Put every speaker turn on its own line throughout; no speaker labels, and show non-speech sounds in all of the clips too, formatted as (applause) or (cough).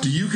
Do you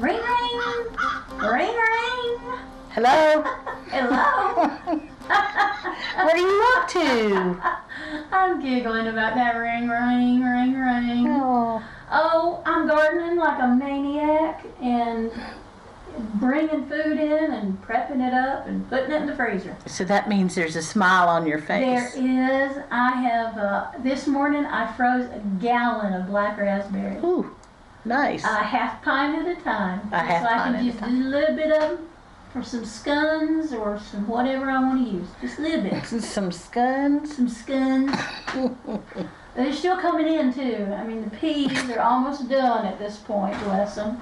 Ring ring, ring ring.
Hello?
Hello.
What are you up to?
I'm giggling about that ring ring, ring ring.
Oh,
Oh, I'm gardening like a maniac and bringing food in and prepping it up and putting it in the freezer.
so that means there's a smile on your
There
face.
is. I have. Uh, this morning I froze a gallon of black raspberry.
Ooh, nice.
A half pint at a time.
A half
so I
pint
can
at a
use
time.
a little bit of 'em for some scones or some whatever I want to use. Just a little bit.
Some scones.
some
(laughs)
scones. They're still coming in too. I mean, the peas are almost done at this point, bless them.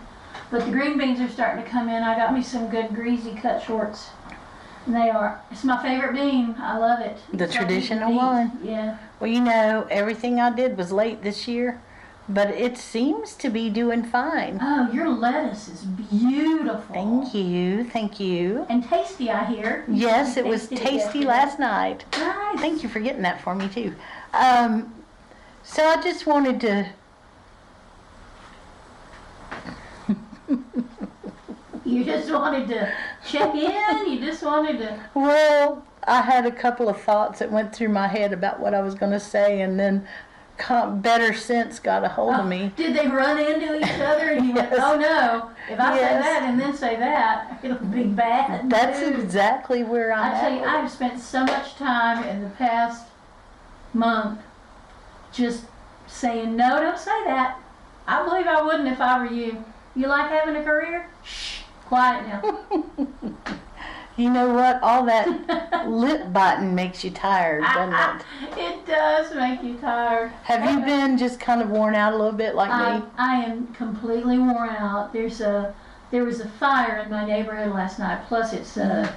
But the green beans are starting to come in. I got me some good greasy cut shorts. And they are. It's my favorite bean. I love it.
The
It's so easy to
traditional
eat.
one.
Yeah.
Well, you know, everything I did was late this year, but it seems to be doing fine.
Oh, your lettuce is beautiful.
Thank you. Thank you.
And tasty, I hear.
Yes, it was tasty last night.
Nice.
Thank you for getting that for me, too. Um, so I just wanted to.
You just wanted to check in. You just wanted to.
Well, I had a couple of thoughts that went through my head about what I was going to say, and then com- better sense got a hold of me.
Oh, Did they run into each other and you went,
(laughs) Yes.
oh no, if I
Yes.
say that and then say that, it'll be bad.
That's
news."
exactly where I'm
I tell you,
at.
I've spent so much time in the past month just saying, no, don't say that. I believe I wouldn't if I were you. You like having a career? Shh, quiet
(laughs)
now.
You know what? All
(laughs)
that lip biting makes you tired,
Ah,
doesn't it?
it does make you tired.
Have you been just kind of worn out a little bit like
I,
me?
I am completely worn out. There's a there was a fire in my neighborhood last night. Plus, it's uh,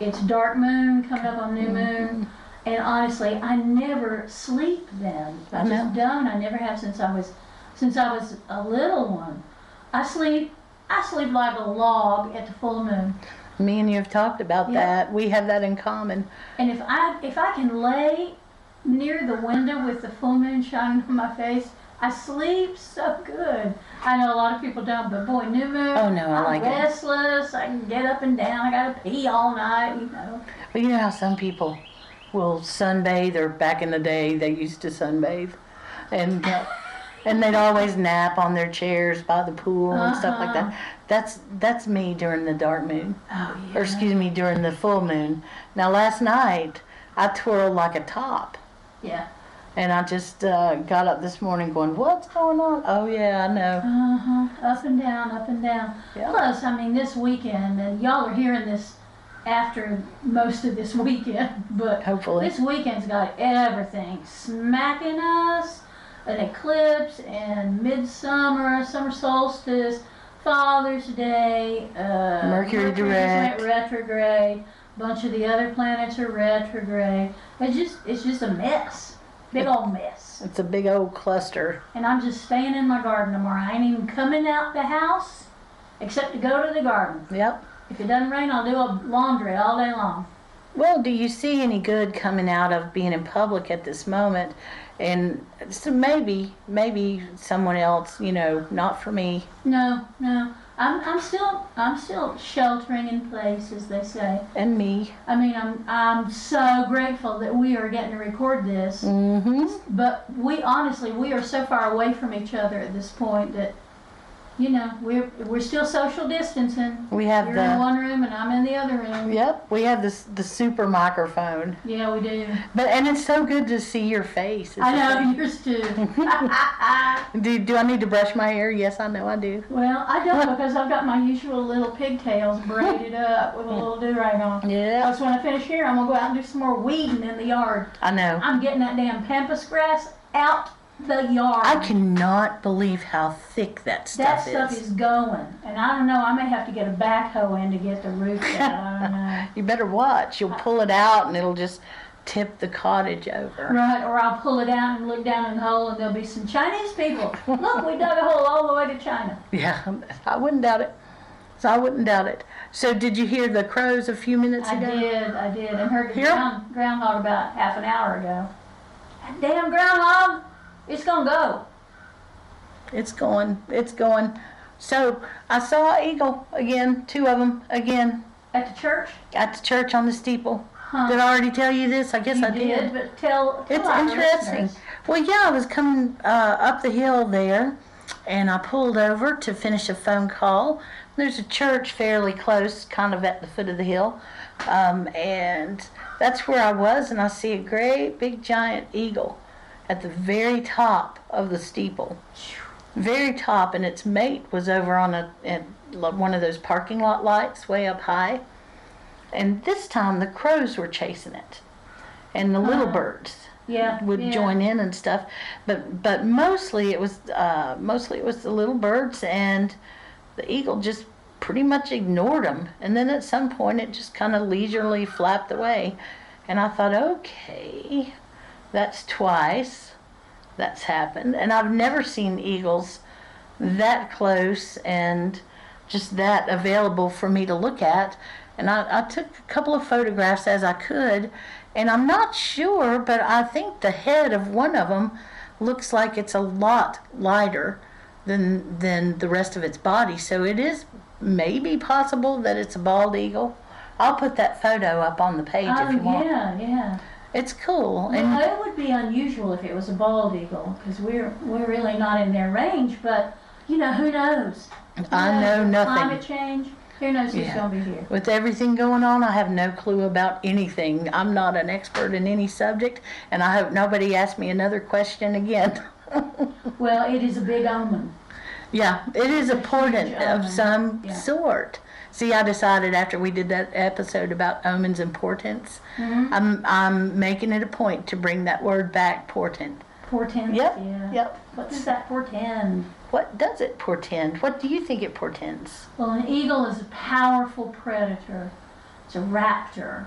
it's dark moon coming up on
Mm-hmm.
new moon, and honestly, I never sleep then. I,
I know.
just don't. I never have since I was since I was a little one. I sleep I sleep like a log at the full moon.
Me and you have talked about
Yeah.
that. We have that in common.
And if I if I can lay near the window with the full moon shining on my face, I sleep so good. I know a lot of people don't, but boy, new moon.
Oh, no, I
I'm
like it.
restless. I can get up and down. I gotta pee all night. You know.
But you know how some people will sunbathe, or back in the day they used to sunbathe, and uh, and they'd always nap on their chairs by the pool and stuff like that. That's that's me during the dark moon,
Uh-huh. Oh
or excuse me, during the full moon. Now last night I twirled like a top,
yeah.
and I just uh, got up this morning going, "What's going on?" Oh yeah, I know.
Uh huh. Up and down, up and down.
Yeah.
Plus, I mean, this weekend, and y'all are hearing this after most of this (laughs) weekend, but
Hopefully.
This weekend's got everything smacking us, an eclipse, and midsummer, summer solstice, Father's Day, uh,
Mercury
just
direct.
went retrograde. Bunch of the other planets are retrograde. It's just it's just a mess, big old mess.
It's a big old cluster.
And I'm just staying in my garden tomorrow. I ain't even coming out the house except to go to the garden.
Yep.
If it doesn't rain, I'll do a laundry all day long.
Well, do you see any good coming out of being in public at this moment? And so maybe, maybe someone else, you know, not for me.
No, no. I'm, I'm still I'm still sheltering in place, as they say.
And me.
I mean, I'm I'm so grateful that we are getting to record this.
Mm-hmm.
But we honestly we are so far away from each other at this point that you know, we're we're still social distancing.
We have
You're in
the
one room and I'm in the other room.
yep. We have this the super microphone,
Yeah, we do.
but and it's so good to see your face. It's
I
just (laughs)
know yours too. (laughs)
like, Do do I need to brush my hair? Yes, I know I do.
well, I don't because I've got my usual little pigtails braided up with a little do rag on.
Yeah,
Because when I finish here, I'm gonna go out and do some more weeding in the yard.
I know.
I'm getting that damn pampas grass out the yard.
I cannot believe how thick that
that
stuff
stuff is. going, and I don't know. I may have to get a backhoe in to get the
(laughs)
roof out. I don't know.
You better watch. You'll pull it out and it'll just tip the cottage over.
Right, or I'll pull it out and look down in the hole, and there'll be some Chinese people. Look, we dug a hole all the way to
(laughs)
China.
Yeah, I wouldn't doubt it. So I wouldn't doubt it. So did you hear the crows a few minutes
I
ago?
did, I did, and heard the
Here?
ground, groundhog about half an hour ago. That damn groundhog, it's gonna go.
It's going. It's going. So I saw an eagle again, two of them again
At the church?
at the church on the steeple.
Huh.
Did I already tell you this? I guess
you
I did.
But tell, tell
It's
our
interesting.
listeners.
Well, yeah, I was coming uh, up the hill there, and I pulled over to finish a phone call. There's a church fairly close, kind of at the foot of the hill, um, and that's where I was. And I see a great big giant eagle at the very top of the steeple, very top, and its mate was over on a at lo- one of those parking lot lights way up high. And this time the crows were chasing it, and the little birds
Yeah.
would
yeah.
join in and stuff. But but mostly it was uh, mostly it was the little birds and the eagle just pretty much ignored them. And then at some point it just kind of leisurely flapped away, and I thought, okay, that's twice that's happened, and I've never seen eagles that close and just that available for me to look at. And I, I took a couple of photographs as I could, and I'm not sure, but I think the head of one of them looks like it's a lot lighter than than the rest of its body. So it is maybe possible that it's a bald eagle. I'll put that photo up on the page
Oh,
if you want.
yeah, yeah.
It's cool. And
Well, it would be unusual if it was a bald eagle, because we're we're really not in their range. But you know, who knows? Who
I
knows
know
with
nothing.
Climate change. Who knows who's
Yeah.
gonna be here?
With everything going on, I have no clue about anything. I'm not an expert in any subject, and I hope nobody asks me another question again. (laughs)
Well, it is a big omen.
yeah, it is important
Huge
of
omen,
some
yeah.
sort. See, I decided after we did that episode about omens and portents,
Mm-hmm.
I'm, I'm making it a point to bring that word back portent.
Portends.
Yep,
Yeah.
yep.
What does that portend?
What does it portend? What do you think it portends?
Well, an eagle is a powerful predator. It's a raptor.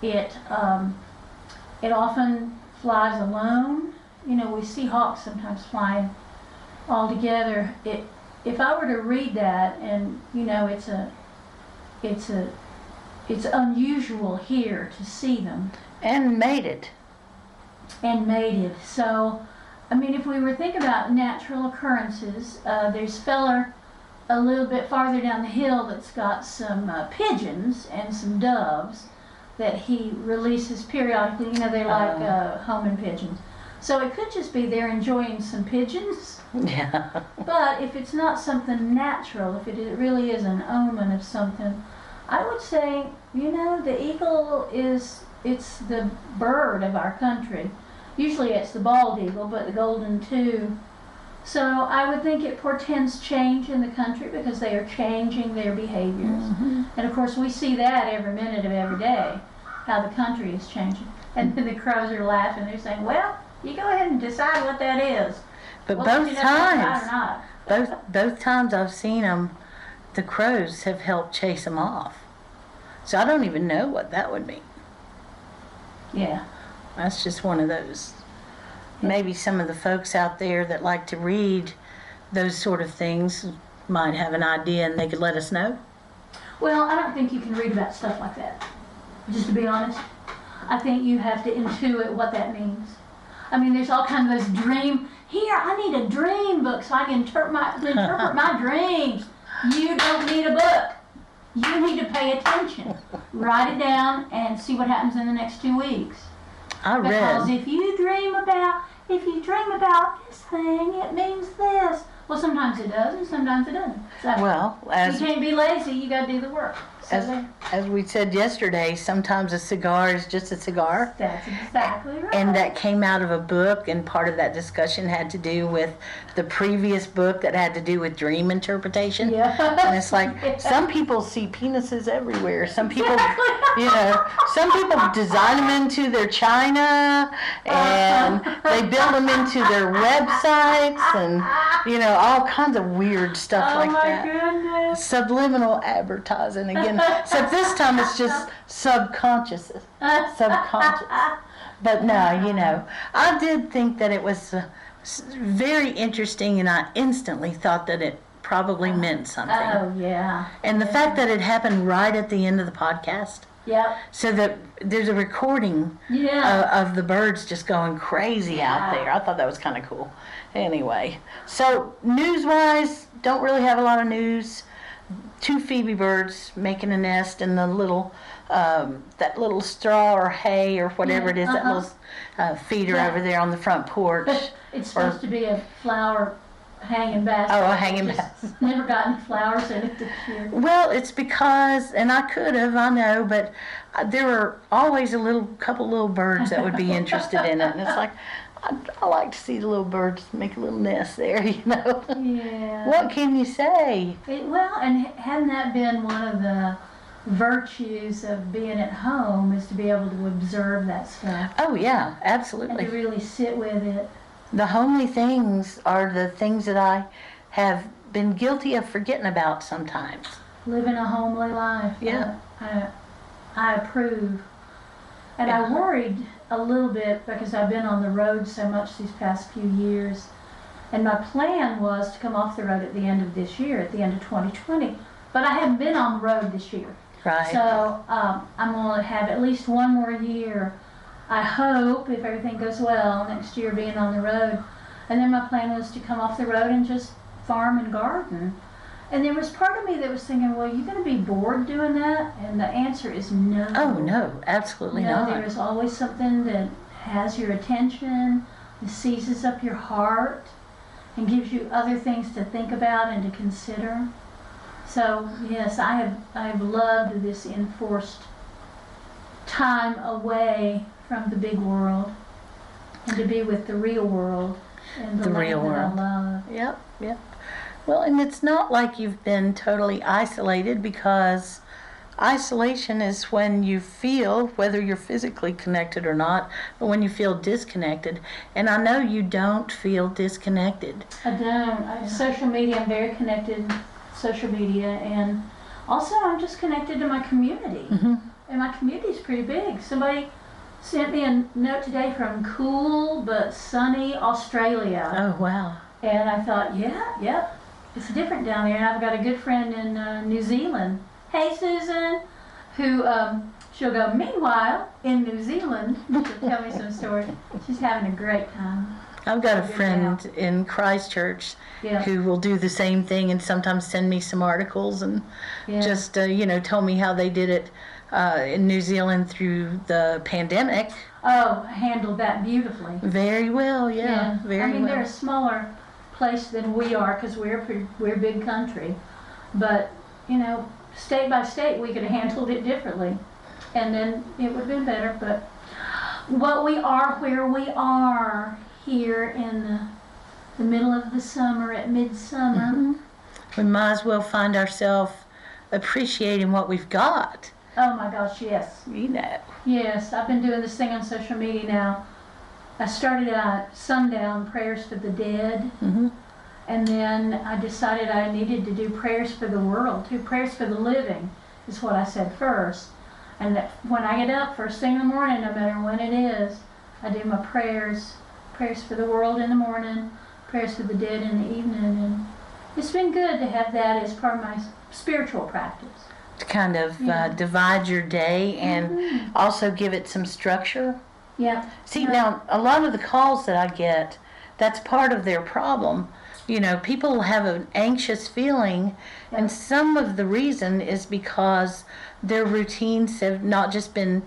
It um, it often flies alone. You know, we see hawks sometimes flying all together. It if I were to read that, and you know, it's a it's a it's unusual here to see them
And mated.
and mated. So, I mean, if we were thinking about natural occurrences, uh, there's feller a little bit farther down the hill that's got some uh, pigeons and some doves that he releases periodically. You know, they like
Oh.
uh, home and pigeons. So it could just be they're enjoying some pigeons,
(laughs) Yeah.
but if it's not something natural, if it i- really is an omen of something, I would say, you know, the eagle is it's the bird of our country. Usually it's the bald eagle, but the golden too. So I would think it portends change in the country because they are changing their behaviors.
Mm-hmm.
And of course, we see that every minute of every day, how the country is changing. And then the crows are laughing. They're saying, well, you go ahead and decide what that is.
But
We'll let
both
you know if that's right
times.
Or not.
both both times I've seen them, the crows have helped chase them off. So I don't even know what that would mean.
Yeah.
That's just one of those. Maybe some of the folks out there that like to read those sort of things might have an idea and they could let us know.
Well, I don't think you can read about stuff like that. Just to be honest, I think you have to intuit what that means. I mean, there's all kinds of those dream. Here, I need a dream book so I can interpret my interpret my dreams. You don't need a book. You need to pay attention. Write it down and see what happens in the next two weeks.
I
Because
read.
if you dream about if you dream about this thing, it means this. Well, sometimes it does, and sometimes it doesn't. So
Well, as
you can't be lazy. You got to do the work. So
As-
there-
As we said yesterday, sometimes a cigar is just a cigar.
that's exactly right.
And that came out of a book, and part of that discussion had to do with the previous book that had to do with dream interpretation. And
(laughs) yeah.
it's like some people see penises
(laughs)
everywhere. Some people,
Exactly.
you know, some people design them into their china, and
Uh-huh.
they build them into their websites, and you know, all kinds of weird stuff
oh
like
my
that
goodness.
subliminal advertising again. Except this time it's just subconscious, subconscious. But no, you know, I did think that it was uh, s- very interesting, and I instantly thought that it probably meant something.
Oh yeah.
And the fact that it happened right at the end of the podcast,
Yep.
so that there's a recording
Yeah.
of, of the birds just going crazy out there. I thought that was kind of cool. Anyway, so news wise, don't really have a lot of news. Two Phoebe birds making a nest in the little, um, that little straw or hay or whatever it is, that
Uh-huh.
little uh, feeder
Yeah.
over there on the front porch.
(laughs) it's supposed to be a flower hanging basket.
Oh, a hanging
Just
basket.
(laughs) Never gotten flowers in it this year.
Well, it's because, and I could have, I know, but uh, there were always a little couple little birds that would be interested in it, and it's like I, I like to see the little birds make a little nest there, (laughs) you know.
Yeah.
What can you say?
It, well, and ha- hadn't that been one of the virtues of being at home is to be able to observe that stuff
Oh yeah,
and to
absolutely.
really sit with it.
The homely things are the things that I have been guilty of forgetting about sometimes.
living a homely life.
Yeah.
I, I, I approve. And I worried a little bit because I've been on the road so much these past few years. And my plan was to come off the road at the end of this year, at the end of 2020. But I haven't been on the road this year.
Right.
So um, I'm going to have at least one more year. I hope, if everything goes well, next year being on the road. And then my plan was to come off the road and just farm and garden. And there was part of me that was thinking, well, you're going to be bored doing that? And the answer is no.
oh no, absolutely
No,
not.
there is always something that has your attention, that seizes up your heart, and gives you other things to think about and to consider. So yes, I have I have loved this enforced time away from the big world and to be with the real world and the,
The
land
real
that
world.
I love.
Yep, yep. Well, and it's not like you've been totally isolated because isolation is when you feel, whether you're physically connected or not, but when you feel disconnected. And I know you don't feel disconnected.
I don't. I, social media, I'm very connected. Social media, and also I'm just connected to my community. And my community's pretty big. Somebody sent me a note today from cool but sunny Australia,
Oh, wow.
and I thought, yeah, yep, it's different down there. And I've got a good friend in uh, New Zealand. Hey, Susan, who um, she'll go. Meanwhile, in New Zealand, (laughs) she'll tell me some story. She's having a great time.
I've got a
Yeah.
friend in Christchurch
Yeah,
who will do the same thing and sometimes send me some articles and
yeah.
just, uh, you know, tell me how they did it uh, in New Zealand through the pandemic.
oh, handled that beautifully.
Very well, yeah. Very
I mean,
well.
they're a smaller place than we are because we're a pretty, we're a big country, but you know, state by state, we could have handled it differently, and then it would have been better. But what we are, where we are here in the, the middle of the summer at midsummer.
Mm-hmm. we might as well find ourselves appreciating what we've got.
Oh my gosh, yes.
You know.
Yes, I've been doing this thing on social media now. I started at sundown prayers for the dead,
Mhm.
and then I decided I needed to do prayers for the world, too. Prayers for the living is what I said first. And that when I get up, first thing in the morning, no matter when it is, I do my prayers, prayers for the world in the morning, prayers for the dead in the evening, and it's been good to have that as part of my s- spiritual practice.
To kind of
Yeah. Mm-hmm.
uh, divide your day and also give it some structure.
Yeah,
See, now, a lot of the calls that I get, that's part of their problem. You know, people have an anxious feeling,
Yeah.
and some of the reason is because their routines have not just been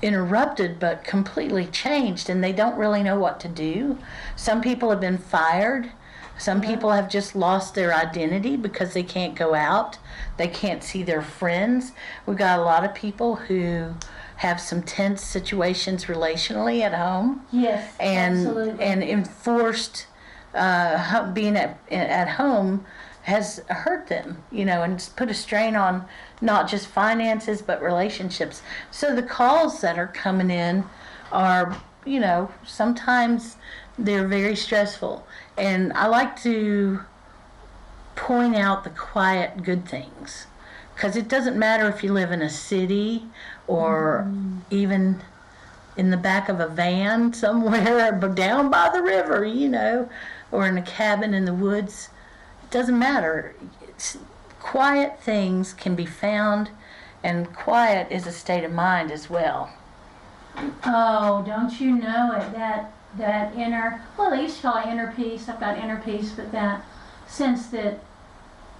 interrupted but completely changed and they don't really know what to do. Some people have been fired. Some people have just lost their identity because they can't go out, they can't see their friends. We've got a lot of people who have some tense situations relationally at home
Yes,
and
absolutely.
and enforced uh, ho- being at at home has hurt them, you know, and it's put a strain on not just finances but relationships. So the calls that are coming in are, you know, sometimes they're very stressful, and I like to point out the quiet good things because it doesn't matter if you live in a city or even in the back of a van (laughs) somewhere but down by the river, you know, or in a cabin in the woods. It doesn't matter. It's, quiet things can be found, and quiet is a state of mind as well.
Oh, don't you know it? That that inner well, they used to call it inner peace. I've got inner peace, but that sense that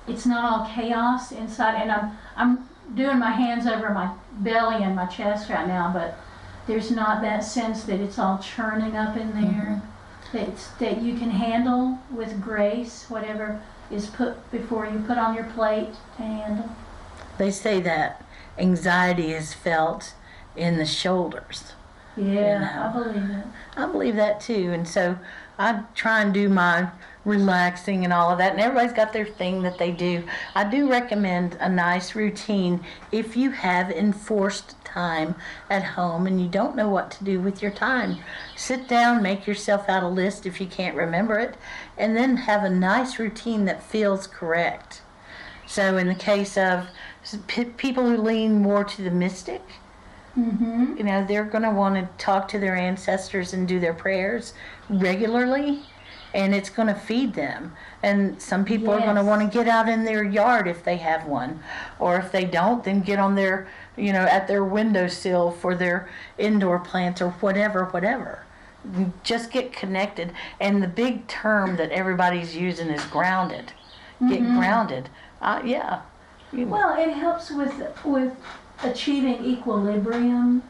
it's not all chaos inside. And I'm I'm doing my hands over my belly and my chest right now, but there's not that sense that it's all churning up in there. That it's, that you can handle with grace whatever is put before you put on your plate to handle.
They say that anxiety is felt in the shoulders.
Yeah, I believe it.
I believe that too. And so I try and do my relaxing and all of that. And everybody's got their thing that they do. I do recommend a nice routine if you have enforced time at home and you don't know what to do with your time. Sit down, make yourself out a list if you can't remember it, and then have a nice routine that feels correct. So, in the case of s- pe- people who lean more to the mystic, you know they're going to want to talk to their ancestors and do their prayers regularly and it's going to feed them and some people are going to
Yes.
want to get out in their yard if they have one or if they don't then get on their you know at their windowsill for their indoor plants or whatever whatever just get connected and the big term that everybody's using is grounded get grounded uh, yeah You-
Well, it helps with with achieving equilibrium,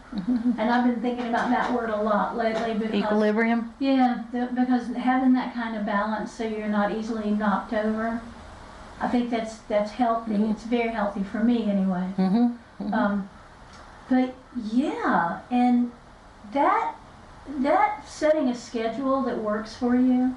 and I've been thinking about that word a lot lately because
equilibrium
yeah, the, because having that kind of balance so you're not easily knocked over, I think that's that's healthy. It's very healthy for me anyway.
Mhm,
Um, but yeah, and that that setting a schedule that works for you,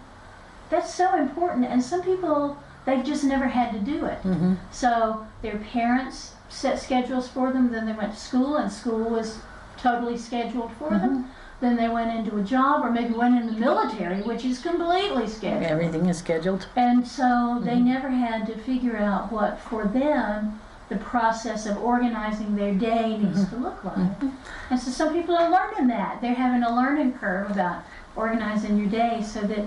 that's so important. And some people they've just never had to do it.
Mhm.
So their parents set schedules for them. Then they went to school, and school was totally scheduled for them. Then they went into a job, or maybe went in the military, which is completely scheduled.
everything is scheduled
And so
Mm-hmm.
they never had to figure out what, for them, the process of organizing their day needs
Mm-hmm.
to look like. And so some people are learning that. They're having a learning curve about organizing your day so that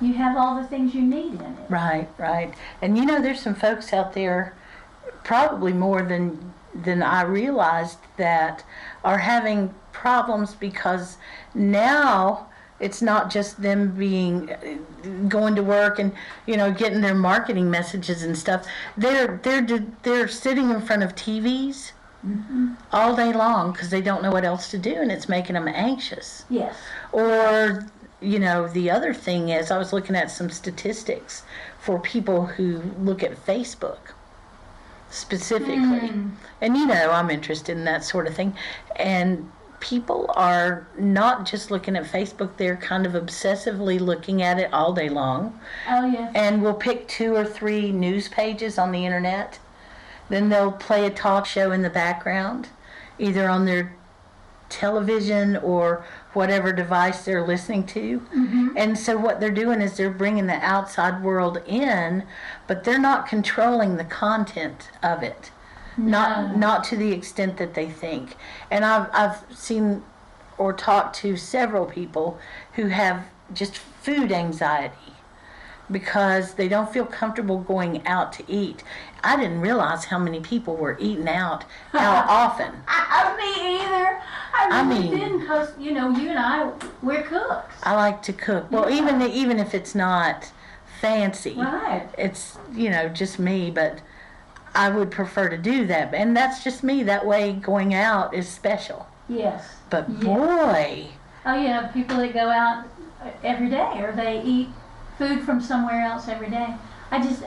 you have all the things you need in it.
Right, right. And you know, there's some folks out there, probably more than than I realized, that are having problems because now it's not just them being uh, going to work and you know getting their marketing messages and stuff. They're they're they're sitting in front of TVs all day long because they don't know what else to do, and it's making them anxious.
Yes.
Or, you know, the other thing is, I was looking at some statistics for people who look at Facebook specifically. And, you know, I'm interested in that sort of thing. And people are not just looking at Facebook, they're kind of obsessively looking at it all day long
Oh, yeah.
and we'll pick two or three news pages on the internet. Then they'll play a talk show in the background, either on their television or whatever device they're listening to. And so what they're doing is they're bringing the outside world in, but they're not controlling the content of it. Not not to the extent that they think. And I've I've seen or talked to several people who have just food anxiety because they don't feel comfortable going out to eat. I didn't realize how many people were eating
(laughs)
out how often.
I, I, me either. I
I
really
mean-
didn't because, you know, you and I, we're cooks.
I like to cook. Well, even even if it's not fancy,
Right.
it's you know just me, but I would prefer to do that. And that's just me. That way, going out is special.
Yes.
But
Yeah.
boy,
Oh, you have people that go out every day or they eat food from somewhere else every day. I just,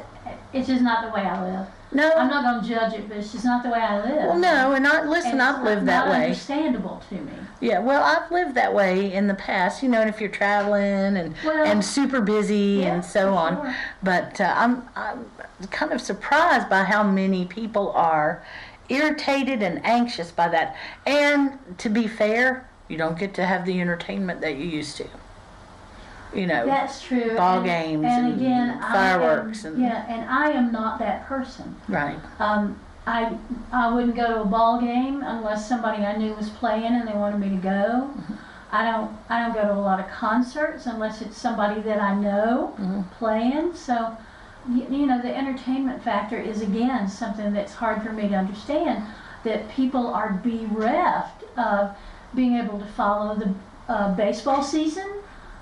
it's just not the way I live.
No.
I'm not gonna judge it, but it's just not the way I live.
well, no, and I listen.
And
I've
it's
lived that
not
way.
Understandable to me.
Yeah, well, I've lived that way in the past, you know, and if you're traveling and
Well-
and super busy
Yeah,
and so
for
on.
sure.
But uh, I'm I'm kind of surprised by how many people are irritated and anxious by that. And to be fair, you don't get to have the entertainment that you used to. You know.
That's true.
Ball
and-
games
and
and
again, I am-
fireworks and-
yeah, and I am not that person.
Right.
Um, I I wouldn't go to a ball game unless somebody I knew was playing and they wanted me to go. I don't I don't go to a lot of concerts unless it's somebody that I know playing. So you, you know the entertainment factor is again something that's hard for me to understand that people are bereft of being able to follow the uh, baseball season.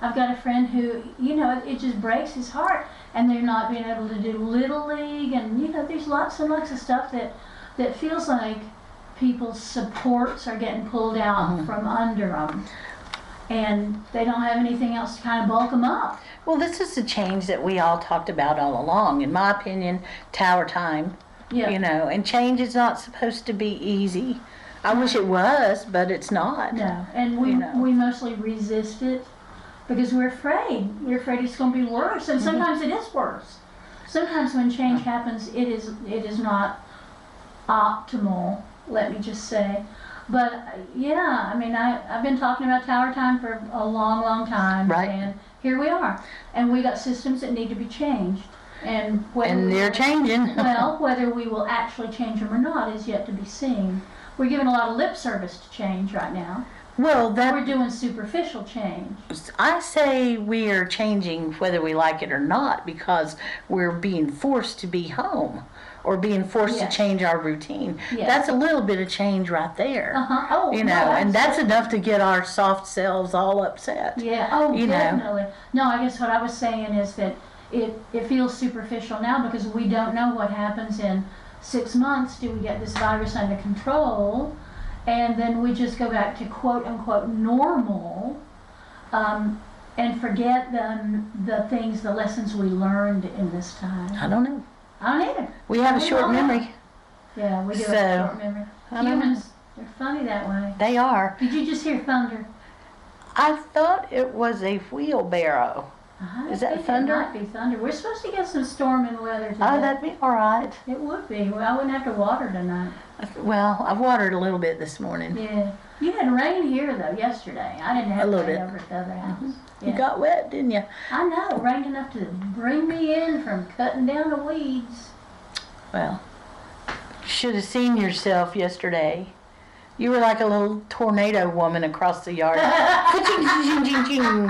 I've got a friend who, you know, it, it just breaks his heart, and they're not being able to do little league, and you know, there's lots and lots of stuff that that feels like people's supports are getting pulled out
Mm-hmm.
from under them, and they don't have anything else to kind of bulk them up.
Well, this is the change that we all talked about all along. In my opinion, tower time.
Yeah,
You know, and change is not supposed to be easy. I wish it was, but it's not.
no, and we
You know.
we mostly resist it because we're afraid. We're afraid it's going to be worse,
Mm-hmm.
and sometimes it is worse. Sometimes when change happens, it is it is not optimal, let me just say. But uh, yeah, I mean, I, I've been talking about tower time for a long, long time.
Right.
And here we are. And we got systems that need to be changed. And whether
And
we-
they're changing. (laughs)
well, whether we will actually change them or not is yet to be seen. We're giving a lot of lip service to change right now.
Well,
We're
that
doing superficial change.
I say we are changing whether we like it or not because we're being forced to be home or being forced
Yes.
to change our routine.
Yes.
That's a little bit of change right there.
Uh-huh. Oh,
You know,
no,
and that's
absolutely.
enough to get our soft selves all upset.
Yeah. Oh,
you know.
definitely. No, I guess what I was saying is that it it feels superficial now because we don't know what happens in six months. Do we get this virus under control, and then we just go back to quote unquote normal, um, and forget the the things, the lessons we learned in this time.
I don't know.
I don't either.
We have a
We
short
don't know.
memory.
Yeah, we do
So,
have short memory.
I don't know.
Humans, they're funny that way.
They are.
Did you just hear thunder?
I thought it was a wheelbarrow.
I
Is that
think
thunder?
It might be thunder. We're supposed to get some storm and weather today.
Oh, that'd be all right.
It would be. Well, I wouldn't have to water tonight.
Well, I've watered a little bit this morning.
Yeah. You had rain here though yesterday. I didn't have
A little
rain
bit. Mm-hmm.
over at the other house.
You
Yeah.
got wet, didn't you?
I know. Rain enough to bring me in from cutting down the weeds.
Well, should have seen yourself yesterday. You were like a little tornado woman across the yard. Ka-ching, ching, ching, ching, ching.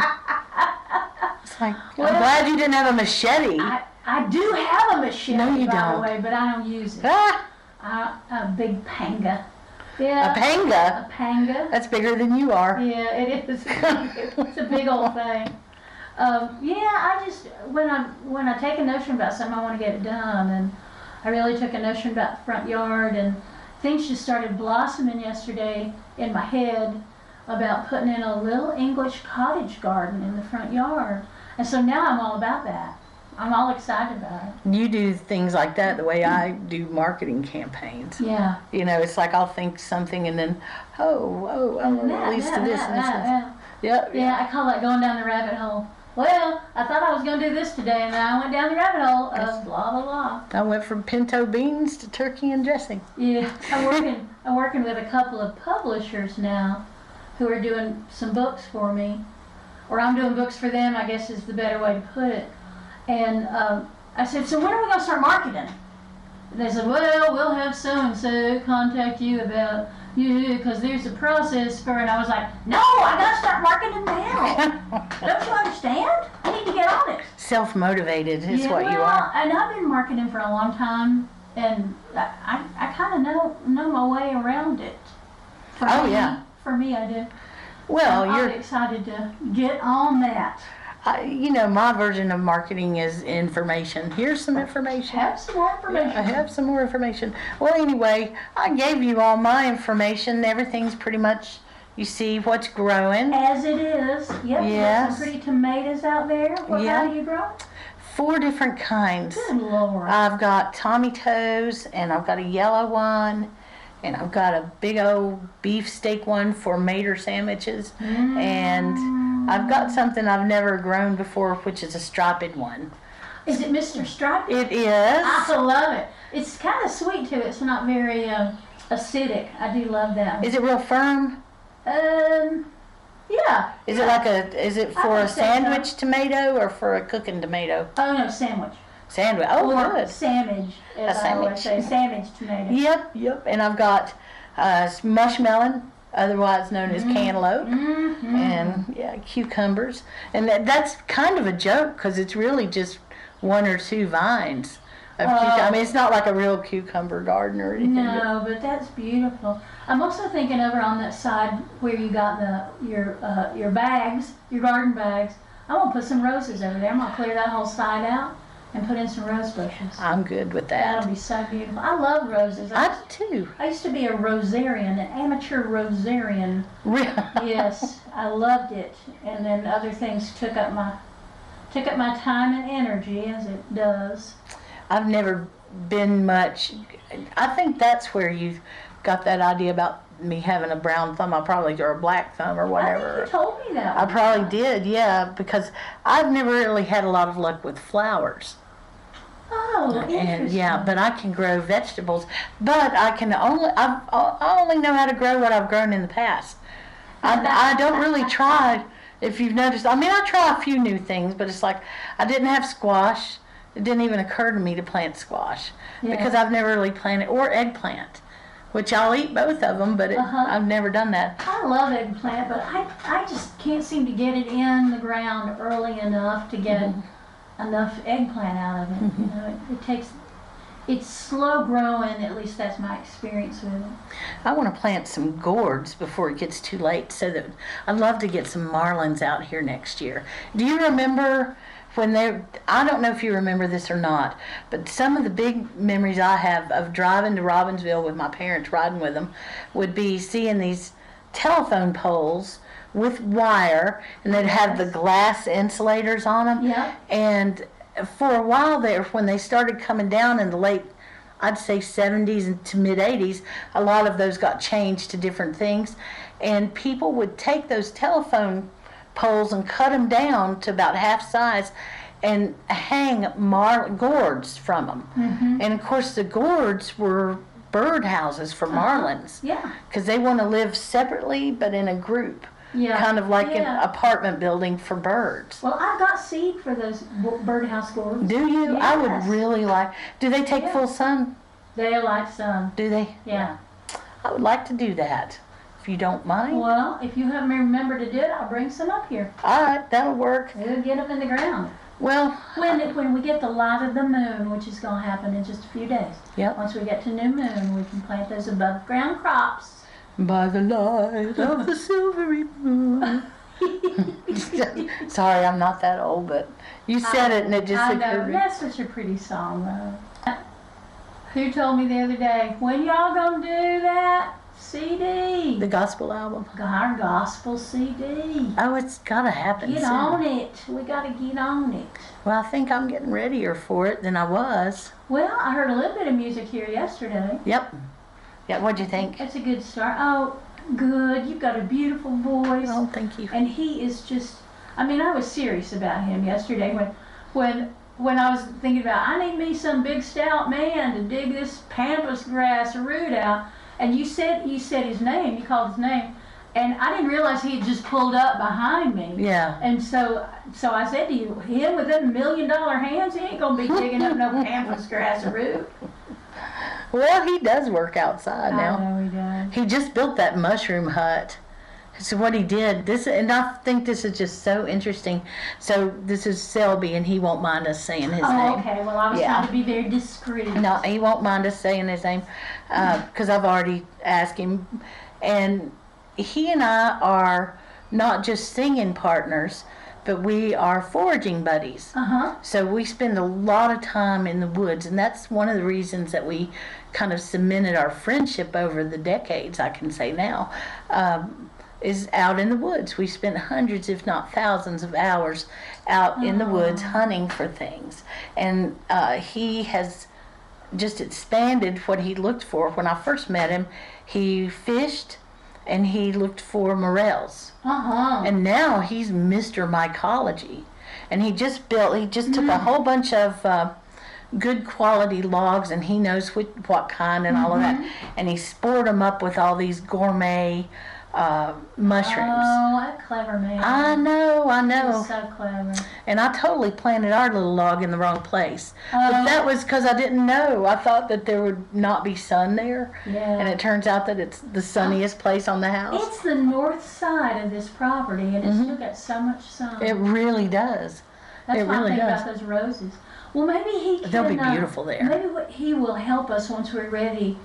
It's like, I'm glad you didn't have a machete.
I, I do have a machete
No, you
by the
don't.
way, but I don't use it.
Ah,
I, a big panga. Yeah.
a panga.
A panga.
That's bigger than you are.
Yeah, it is. it's a big old thing. Um, yeah, I just when I when I take a notion about something, I want to get it done, and I really took a notion about the front yard, and things just started blossoming yesterday in my head about putting in a little English cottage garden in the front yard, and so now I'm all about that. I'm all excited about it.
You do things like that the way I do marketing campaigns.
Yeah.
You know, it's like I'll think something and then, oh, oh, oh,
And that,
at least to
that,
this
that,
and this.
that,
and this.
that.
Yep,
Yeah, I call that going down the rabbit hole. Well, I thought I was going to do this today, and then I went down the rabbit hole of blah blah blah.
I went from pinto beans to turkey and dressing. (laughs)
(laughs) Yeah, I'm working. I'm working with a couple of publishers now, who are doing some books for me, or I'm doing books for them. I guess is the better way to put it. And um, I said, so when are we going to start marketing? And they said, well, we'll have so and so contact you about you because there's a process for. And I was like, no, I got to start marketing now. Don't you understand? I need to get on it.
Self motivated is
Yeah,
what you
well,
are.
And I've been marketing for a long time, and I, I, I kind of know know my way around it. For
Oh,
me,
yeah.
For me, I do.
Well,
I'm
you're
excited to get on that.
I, you know, my version of marketing is information. Here's some information.
Oh, Have some more information.
I have some more information. Well, anyway, I gave you all my information. Everything's pretty much, You see what's growing.
As it is, yep, there's
Yes.
some pretty tomatoes out there. What
Yeah.
kind do you grow?
Four different kinds.
Good lord.
I've got Tommy Toes and I've got a yellow one and I've got a big old beefsteak one for mater sandwiches
Mm.
and I've got something I've never grown before which is a striped one.
Is it Mr. Stripey?
It is.
I love it. It's kind of sweet too. It's not very um, acidic. I do love that.
Is it real firm?
Um, yeah.
Is it like a is it for
would
a
say so.
sandwich tomato or for a cooking tomato?
Oh no, sandwich.
Sandwich. Oh
or
good.
sandwich. As
A
I always say,
sandwich.
sandwich tomato.
Yep, yep. And I've got uh, mushmelon, otherwise known
Mm-hmm.
as cantaloupe, and yeah, cucumbers. And that, that's kind of a joke because it's really just one or two vines. Of cuc- I mean, it's not like a real cucumber garden or anything. but-
No, but that's beautiful. I'm also thinking over on that side where you got the your uh, your bags, your garden bags. I'm gonna put some roses over there. I'm gonna clear that whole side out and put in some rose bushes.
I'm good with that.
That'll be so beautiful. I love roses. I,
I do too.
I used to be a rosarian, an amateur rosarian.
Re- (laughs)
Yes, I loved it, and then other things took up my took up my time and energy as it does.
I've never been much. I think that's where you got that idea about me having a brown thumb. I probably or a black thumb or
I
whatever.
think you told me that.
I
one
probably
time.
did, yeah, because I've never really had a lot of luck with flowers.
Oh, interesting. (laughs)
And yeah, but I can grow vegetables, but I can only I've, I I only know how to grow what I've grown in the past. I, I don't really try. If you've noticed, I mean, I try a few new things, but it's like I didn't have squash. It didn't even occur to me to plant squash because
Yeah.
I've never really planted or eggplant, which I'll eat both of them, but it,
Uh-huh.
I've never done that.
I love eggplant, but I, I just can't seem to get it in the ground early enough to get
Mm-hmm.
enough eggplant out of it. You know, it, it takes, it's slow growing, at least that's my experience with it.
I want to plant some gourds before it gets too late so that I'd love to get some marlins out here next year. Do you remember when they I don't know if you remember this or not, but some of the big memories I have of driving to Robbinsville with my parents riding with them would be seeing these telephone poles with wire and they'd have the glass insulators on them.
Yeah.
And for a while there, when they started coming down in the late, I'd say 70s and to mid 80s, a lot of those got changed to different things. And people would take those telephone poles and cut them down to about half size and hang mar- gourds from them.
Mm-hmm.
And of course, the gourds were bird houses
Uh-huh.
for marlins
Yeah.
because they want to live separately but in a group.
Yeah.
Kind of like
Yeah.
an apartment building for birds.
Well, I've got seed for those b- birdhouse gourds.
Do you? I
Yes.
would really like. Do they take
Yeah.
full sun?
They like some.
Do they?
Yeah.
I would like to do that, if you don't mind.
Well, if you haven't remembered to do it, I'll bring some up here.
All right, that'll work.
We'll get them in the ground.
Well,
When, when we get the light of the moon, which is going to happen in just a few days.
yep.
Once we get to new moon, we can plant those above ground crops.
By the light
(laughs)
of the silvery moon. (laughs) Sorry, I'm not that old, but you said it and it just
I know.
occurred. to me.
That's such a pretty song, though. Who told me the other day, when y'all gonna do that CD?
The gospel album.
Our gospel CD.
Oh, it's gotta happen
Get
soon.
on it. We gotta get on it.
Well, I think I'm getting readier for it than I was.
Well, I heard a little bit of music here yesterday.
Yep. Yeah. What'd you think?
That's a good start. Oh, good. You've got a beautiful voice.
Oh, thank you.
and he is just i mean i was serious about him yesterday when when when i was thinking about i need me some big stout man to dig this pampas grass root out and you said you said his name you called his name and i didn't realize he had just pulled up behind me
Yeah.
and so so i said to you him with them million dollar hands he ain't gonna be digging up no pampas grass root
Well, he does work outside now.
I know he does.
He just built that mushroom hut. So what he did, this and I think this is just so interesting. So this is Selby, and he won't mind us saying his name.
Oh, okay. Well, I was
Yeah.
trying to be very discreet.
No, he won't mind us saying his name because I've already asked him. And he and I are not just singing partners, but we are foraging buddies.
Uh huh.
So we spend a lot of time in the woods, and that's one of the reasons that we kind of cemented our friendship over the decades, I can say now, um, is out in the woods. We spent hundreds, if not thousands, of hours out in the woods hunting for things. And uh, he has just expanded what he looked for. When I first met him, he fished and he looked for morels.
Uh-huh.
And now he's Mr. Mycology. And he just built, he just took a
Mm.
whole bunch of uh, good quality logs and he knows which, what kind and all of that.
Mm-hmm.
And he spored them up with all these gourmet uh, mushrooms.
Oh, what a clever man.
I know, I know.
He's so clever.
And I totally planted our little log in the wrong place.
Oh.
But that was because I didn't know. I thought that there would not be sun there.
Yeah.
And it turns out that it's the sunniest place on the house.
It's the north side of this property, and it's still got so much sun.
Mm-hmm. It really does.
That's
it
why
really
I think
does.
about those roses. Well, maybe he can.
They'll be
uh,
beautiful there.
Maybe what- he will help us once we're ready,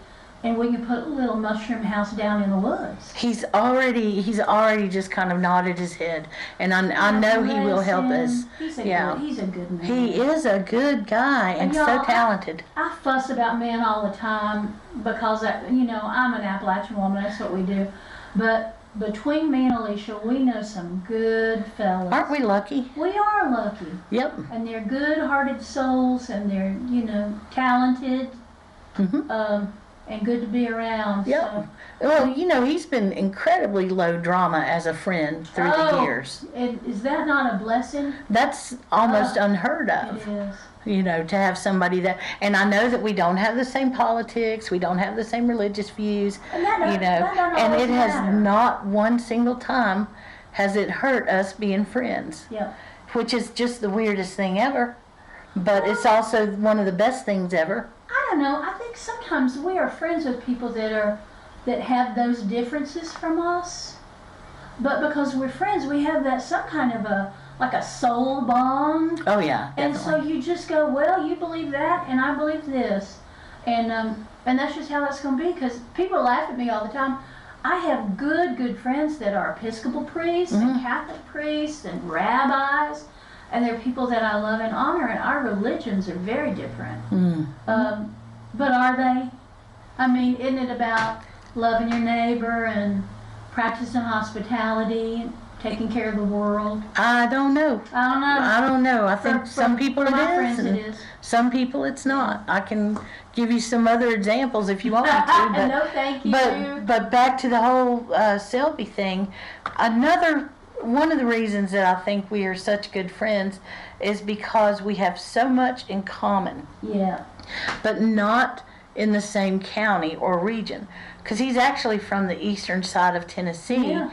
and we can put a little mushroom house down in the woods.
He's already he's already just kind of nodded his head, and I, I know he will help us.
Listen, He's a
Yeah.
good. He's a good man.
He is a good guy and so
Y'all, I-
talented.
I fuss about men all the time because I, you know I'm an Appalachian woman. That's what we do. But between me and Alicia, we know some good fellas.
Aren't we lucky?
We are lucky.
Yep.
and they're good-hearted souls, and they're you know talented,
Mhm.
um, and good to be around.
Yep.
So
Well, you know he's been incredibly low drama as a friend through the
Oh.
years.
it, is that not a blessing?
That's almost
Oh.
unheard
It
of,
is.
you know, to have somebody that. And I know that we don't have the same politics, we don't have the same religious views,
And that don't-
you know,
that don't
and
always
it has
matter.
not one single time has it hurt us being friends,
Yeah.
which is just the weirdest thing ever. But it's also one of the best things ever.
I don't know. I think sometimes we are friends with people that are that have those differences from us, but because we're friends, we have that some kind of a like a soul bond.
Oh yeah,
And
definitely.
so you just go, well, you believe that, and I believe this, and um, and that's just how it's going to be. Because people laugh at me all the time. I have good, good friends that are Episcopal priests and Catholic priests and rabbis, and they're people that I love and honor. And our religions are very different. Um, but are they? I mean, isn't it about loving your neighbor and practicing hospitality, and taking care of the world?
I don't know.
I don't know.
I don't know. I
For-
think
for-
some people
for
it
my
is,
friends
and
it is.
some people it's not. I can give you some other examples if you want
(laughs)
me to, but
no, thank you.
But but back to the whole uh, Selby thing. Another one of the reasons that I think we are such good friends is because we have so much in common,
yeah.
but not in the same county or region. Because he's actually from the eastern side of Tennessee,
Yeah.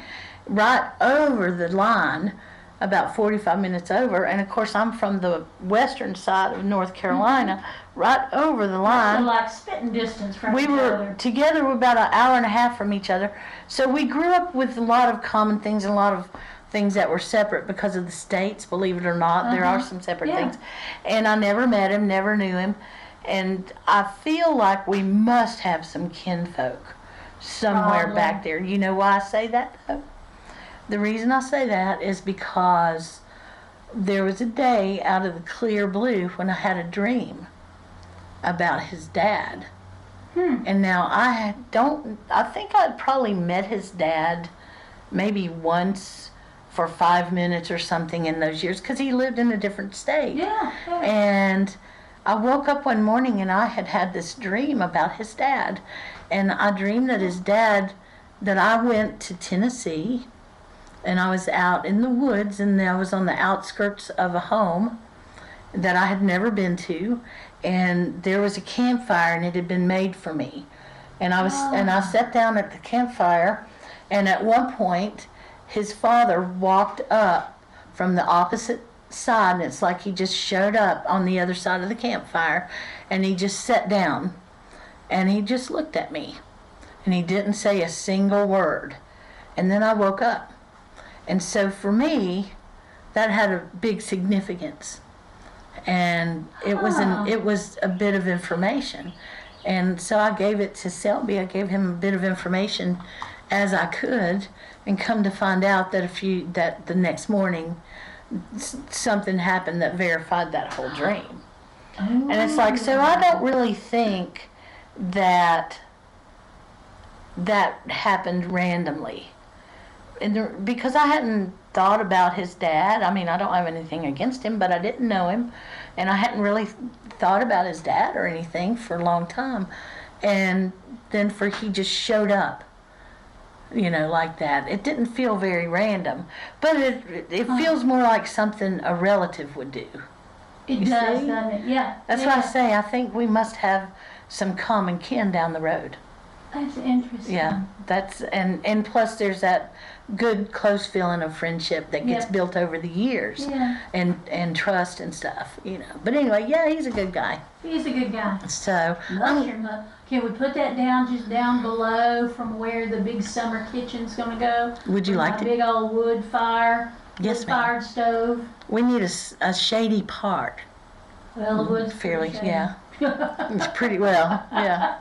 right over the line, about 45 minutes over. And of course, I'm from the western side of North Carolina, right over the line.
So like spitting distance from
We
each
were
other.
together we're about an hour and a half from each other. So we grew up with a lot of common things and a lot of things that were separate because of the states, believe it or not. There are some separate
Mm-hmm. Yeah.
things. And I never met him, never knew him. And I feel like we must have some kinfolk somewhere
Probably.
back there. You know why I say that though? The reason I say that is because there was a day out of the clear blue when I had a dream about his dad. And now I don't, I think I'd probably met his dad maybe once for five minutes or something in those years because he lived in a different state.
Yeah. yeah.
And I woke up one morning and I had had this dream about his dad. And I dreamed that his dad, that I went to Tennessee and I was out in the woods and I was on the outskirts of a home that I had never been to. And there was a campfire and it had been made for me. And I was, and I sat down at the campfire and at one point his father walked up from the opposite side and it's like he just showed up on the other side of the campfire and he just sat down and he just looked at me and he didn't say a single word and then i woke up and so for me that had a big significance and it was an it was a bit of information and so i gave it to selby i gave him a bit of information as i could and come to find out that a few that the next morning s- something happened that verified that whole dream and it's like so i don't really think that that happened randomly and there, because I hadn't thought about his dad, I mean, I don't have anything against him, but I didn't know him, and I hadn't really thought about his dad or anything for a long time, and then for he just showed up, you know, like that. It didn't feel very random, but it it- it feels more like something a relative would do.
It
You
does,
see?
doesn't it? Yeah.
That's
yeah.
why I say I think we must have some common kin down the road.
That's interesting.
Yeah, that's and and plus there's that good close feeling of friendship that gets
Yeah.
built over the years.
Yeah.
And and trust and stuff, you know. But anyway, yeah, he's a good guy.
He's a good guy.
So
Love your mother. Can we put that down just down below from where the big summer kitchen's gonna go?
Would you
With
like
my
to-
Big old wood fire.
Yes,
wood
ma'am.
Fired stove.
we need a, s- a shady part,
Well, the wood's
Mm-hmm. fairly.
pretty
Yeah,
shady.
it's pretty well.
(laughs)
Yeah,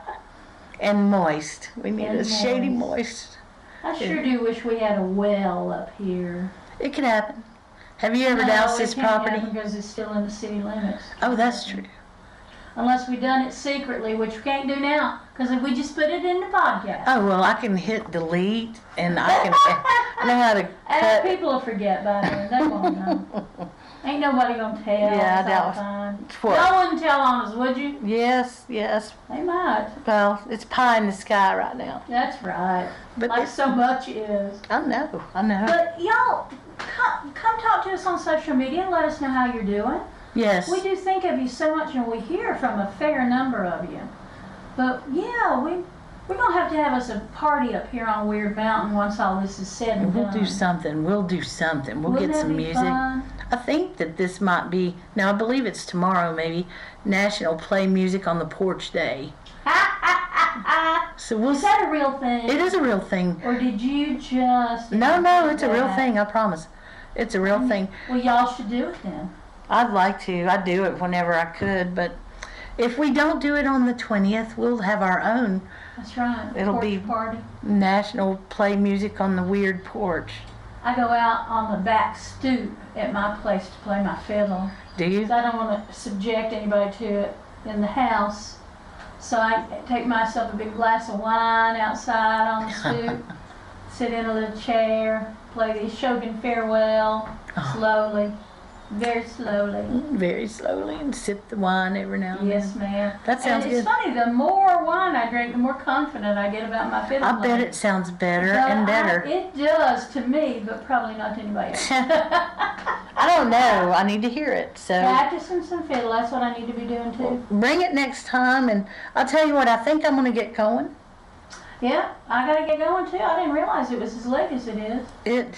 and moist. We need
And
a shady
moist.
moist.
(laughs) I sure do wish we had a well up here.
It can happen. Have you ever
No,
doused
it
this
can't happen
property?
Because it's still in the city limits.
Oh, that's true.
Unless we done it secretly, which we can't do now, because if we just put it in the podcast.
Oh well, I can hit delete, and I
(laughs)
can. I know how to
And
cut.
people will forget by then. They won't
(laughs)
know. Ain't nobody gonna tell.
Yeah, I
It's
doubt-
all fine.
What?
Y'all wouldn't tell on us, would you?
Yes, yes.
They might.
Well, it's pie in the sky right now.
That's right.
But
like
it's-
so much is.
I know, I know.
But y'all, come, come talk to us on social media and let us know how you're doing.
Yes.
We do think of you so much, and we hear from a fair number of you. But yeah, we we're gonna have to have us a party up here on Weird Mountain once all this is said and
We'll
done.
do something. We'll do something. We'll
Wouldn't
get
that
some
be
music.
fun? (laughs)
I think that this might be now. I believe it's tomorrow, maybe National Play Music on the Porch Day. So we'll.
Is that a real thing?
It is a real thing.
Or did you just?
No, no, it's a real
Yeah. Mm.
thing. I promise. It's a real thing.
Well, y'all should do it then.
I'd like to. I'd do it whenever I could, but if we don't do it on the twentieth, we'll have our own
That's right.
It'll
Porch
be-
party.
National Play Music on the Weird Porch.
I go out on the back stoop at my place to play my fiddle.
Do you?
'cause I don't want to subject anybody to it in the house. So I take myself a big glass of wine outside on the stoop, sit in a little chair, play the Shogun Farewell slowly, very slowly.
Very slowly and sip the wine every now and
Yes, ma'am.
That sounds
and it's
good.
funny, the more wine I drink, the more confident I get about my
then.
fiddle.
I bet
playing.
it sounds better
Well,
and
I-
better.
it does to me, but probably not to anybody
(laughs)
else.
I don't know. I need to hear it. So
Practicing some fiddle, that's what I need to be doing too.
bring it next time, and I'll tell you what. I think I'm going to get going.
Yeah, I gotta get going too. I didn't realize it was as late as it is.
It.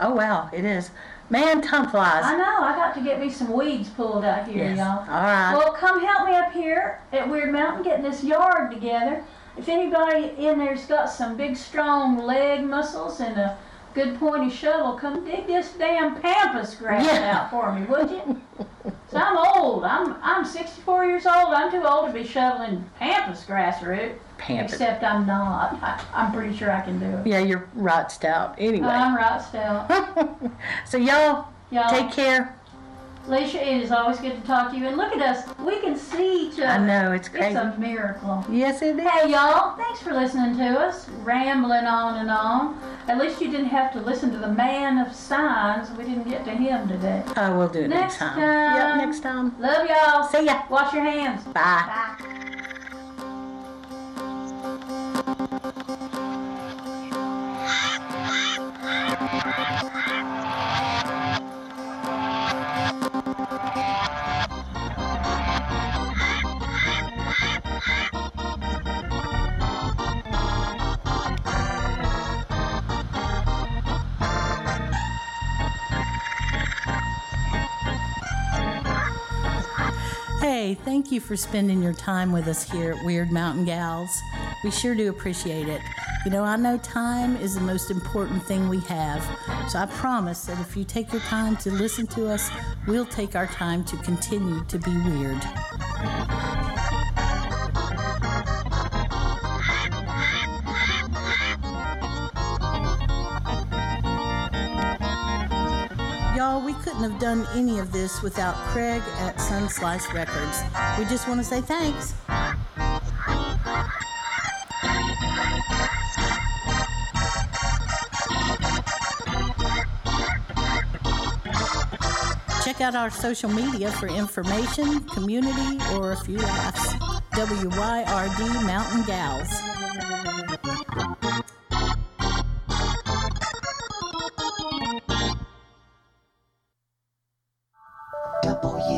Oh wow, it is. Man, time flies.
I know, I got to get me some weeds pulled out here,
yes. All
y'all.
right.
Well, come help me up here at Weird Mountain getting this yard together. If anybody in there's got some big, strong leg muscles and a good pointy shovel, come dig this damn pampas grass
Yeah.
out for me, would
(laughs)
you? so I'm old. I'm I'm 64 years old. I'm too old to be shoveling pampas grass root.
Pampered.
Except I'm not. I, I'm pretty sure I can do it.
Yeah, you're rotzed out. Anyway.
I'm right still.
so y'all
Y'all,
take care.
Alicia, it is always good to talk to you. And look at us. We can see each other.
I know it's
It's
crazy.
a miracle.
yes, it is.
Hey y'all, thanks for listening to us, rambling on and on. At least you didn't have to listen to the man of signs. We didn't get to him today.
I will do it
Next
next, time.
time.
Yep, next time.
Love y'all.
See ya.
Wash your hands.
Bye.
Bye.
Hey, thank you for spending your time with us here at Weird Mountain Gals. We sure do appreciate it. You know, I know time is the most important thing we have, so I promise that if you take your time to listen to us, we'll take our time to continue to be weird. Y'all, we couldn't have done any of this without Craig at Sunslice Records. We just want to say thanks.
Check out our social media for information, community, or a few laughs. WYRD Mountain Gals.
W